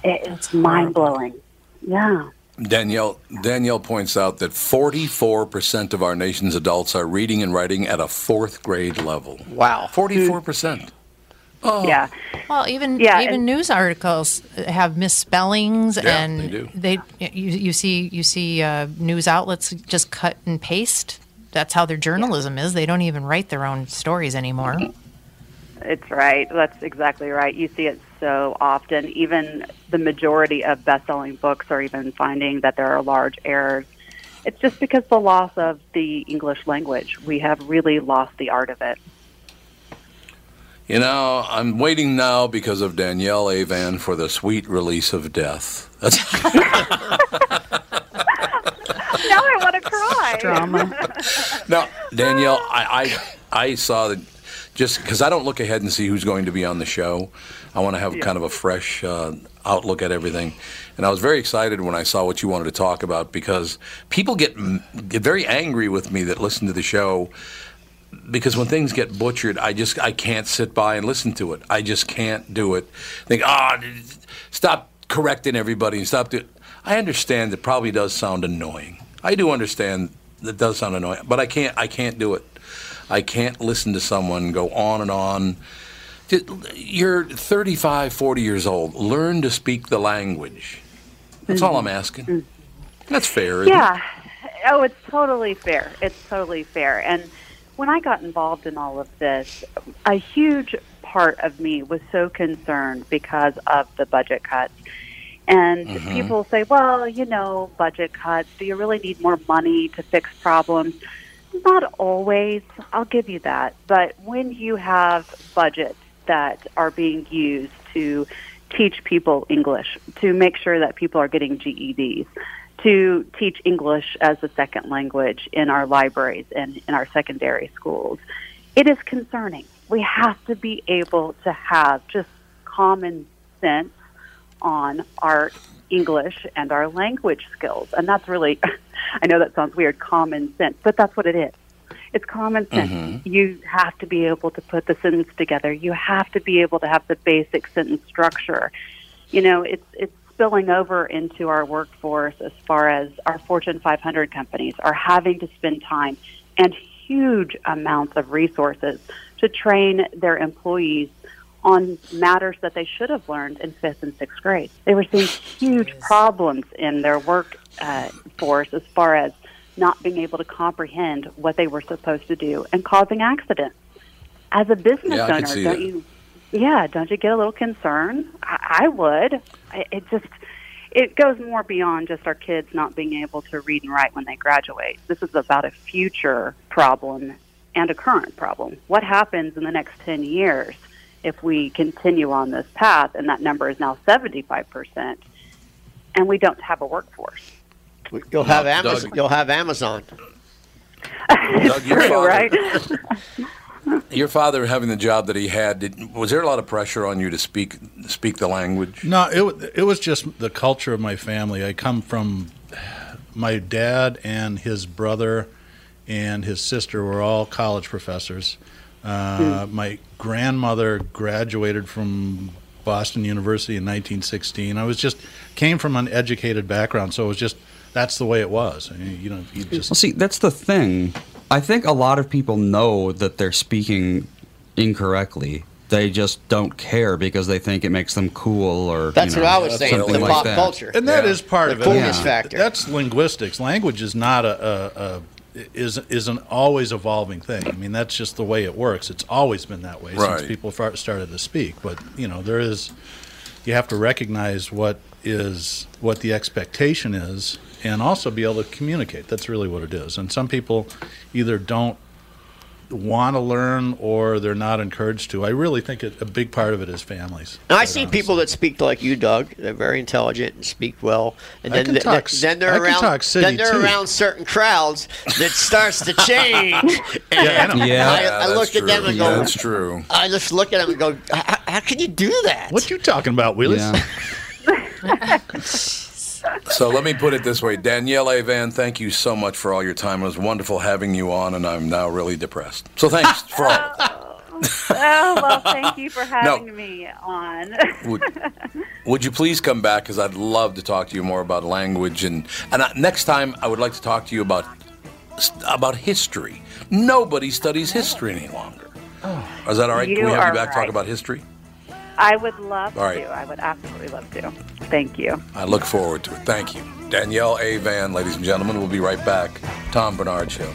It is mind blowing. Yeah. Danielle Danielle points out that 44% of our nation's adults are reading and writing at a fourth grade level. Wow. 44%. Oh. Yeah. Well, even Yeah, even and- news articles have misspellings, Yeah, and they do. you, you see you see uh, news outlets just cut and paste. That's how their journalism is. They don't even write their own stories anymore. It's right. That's exactly right. You see it so often. Even the majority of best selling books are even finding that there are large errors. It's just because the loss of the English language. We have really lost the art of it. You know, I'm waiting now because of Danielle Avan for the sweet release of death. That's now I want to cry. Drama. Now, Danielle, I, I, I saw that just because I don't look ahead and see who's going to be on the show. I want to have Yeah. kind of a fresh uh, outlook at everything. And I was very excited when I saw what you wanted to talk about because people get, m- get very angry with me that listen to the show because when things get butchered, I just I can't sit by and listen to it. I just can't do it. Think, ah, d- d- stop correcting everybody and stop. Do-. I understand it probably does sound annoying. I do understand that does sound annoying, but I can't I can't do it. I can't listen to someone go on and on. J- You're 35, 40 years old. Learn to speak the language. That's all I'm asking. That's fair. isn't it? Mm. Yeah. Oh, it's totally fair. It's totally fair. And when I got involved in all of this, a huge part of me was so concerned because of the budget cuts. And Mhm. people say, well, you know, budget cuts, do you really need more money to fix problems? Not always, I'll give you that. But when you have budgets that are being used to teach people English, to make sure that people are getting GEDs, to teach English as a second language in our libraries and in our secondary schools, it is concerning. We have to be able to have just common sense on our English and our language skills. And that's really, I know that sounds weird, common sense, but that's what it is. It's common sense. You have to be able to put the sentence together. You have to be able to have the basic sentence structure. You know, it's it's spilling over into our workforce as far as our Fortune 500 companies are having to spend time and huge amounts of resources to train their employees on matters that they should have learned in fifth and sixth grade. They were seeing huge problems in their work uh, force as far as not being able to comprehend what they were supposed to do and causing accidents. As a business Yeah, I could owner, see don't that. you? Yeah, don't you get a little concerned? I, I would. I, it just it goes more beyond just our kids not being able to read and write when they graduate. This is about a future problem and a current problem. What happens in the next ten years? if we continue on this path, and that number is now 75%, and we don't have a workforce. You'll have Doug- Amazon. You'll have Amazon. Doug, your True, father, right? your father having the job that he had, did, was there a lot of pressure on you to speak speak the language? No, it wa- it was just the culture of my family. I come from my dad and his brother and his sister were all college professors. Uh, My grandmother graduated from Boston University in 1916. I was just came from an educated background, so it was just that's the way it was. I mean, you know, you just Well, see, that's the thing. I think a lot of people know that they're speaking incorrectly. They just don't care because they think it makes them cool or That's you know, what I was saying. something The like pop that. culture, And that is part the of it. coolness factor. That's linguistics. Language is not a, a, a is is an always evolving thing. I mean, that's just the way it works. It's always been that way Right. since people far, started to speak. But you know, there is you have to recognize what is what the expectation is, and also be able to communicate. That's really what it is. And some people either don't want to learn or they're not encouraged to. I really think it, a big part of it is families. And I see people that speak like you, Doug. They're very intelligent and speak well. And I then, can th- talk th- s- then they're I can around. talk city, then they're too. around certain crowds that starts to change. Yeah, I know. Yeah, I, I that's looked at them true. and go. Yeah, that's true. I just look at them and go, "H- h- "How can you do that?" What you talking about, Willis? So let me put it this way, Danielle Van, thank you so much for all your time. It was wonderful having you on, and I'm now really depressed. So thanks for all. oh, well, thank you for No. having me on. Would, would you please come back? Because I'd love to talk to you more about language, and and I, next time I would like to talk to you about about history. Nobody studies history any longer. Is that all right? Can Oh. You we have are you back right. talk about history? I would love All right. to. I would absolutely love to. Thank you. I look forward to it. Thank you, Danielle A. Van, ladies and gentlemen. We'll be right back. Tom Bernard Show.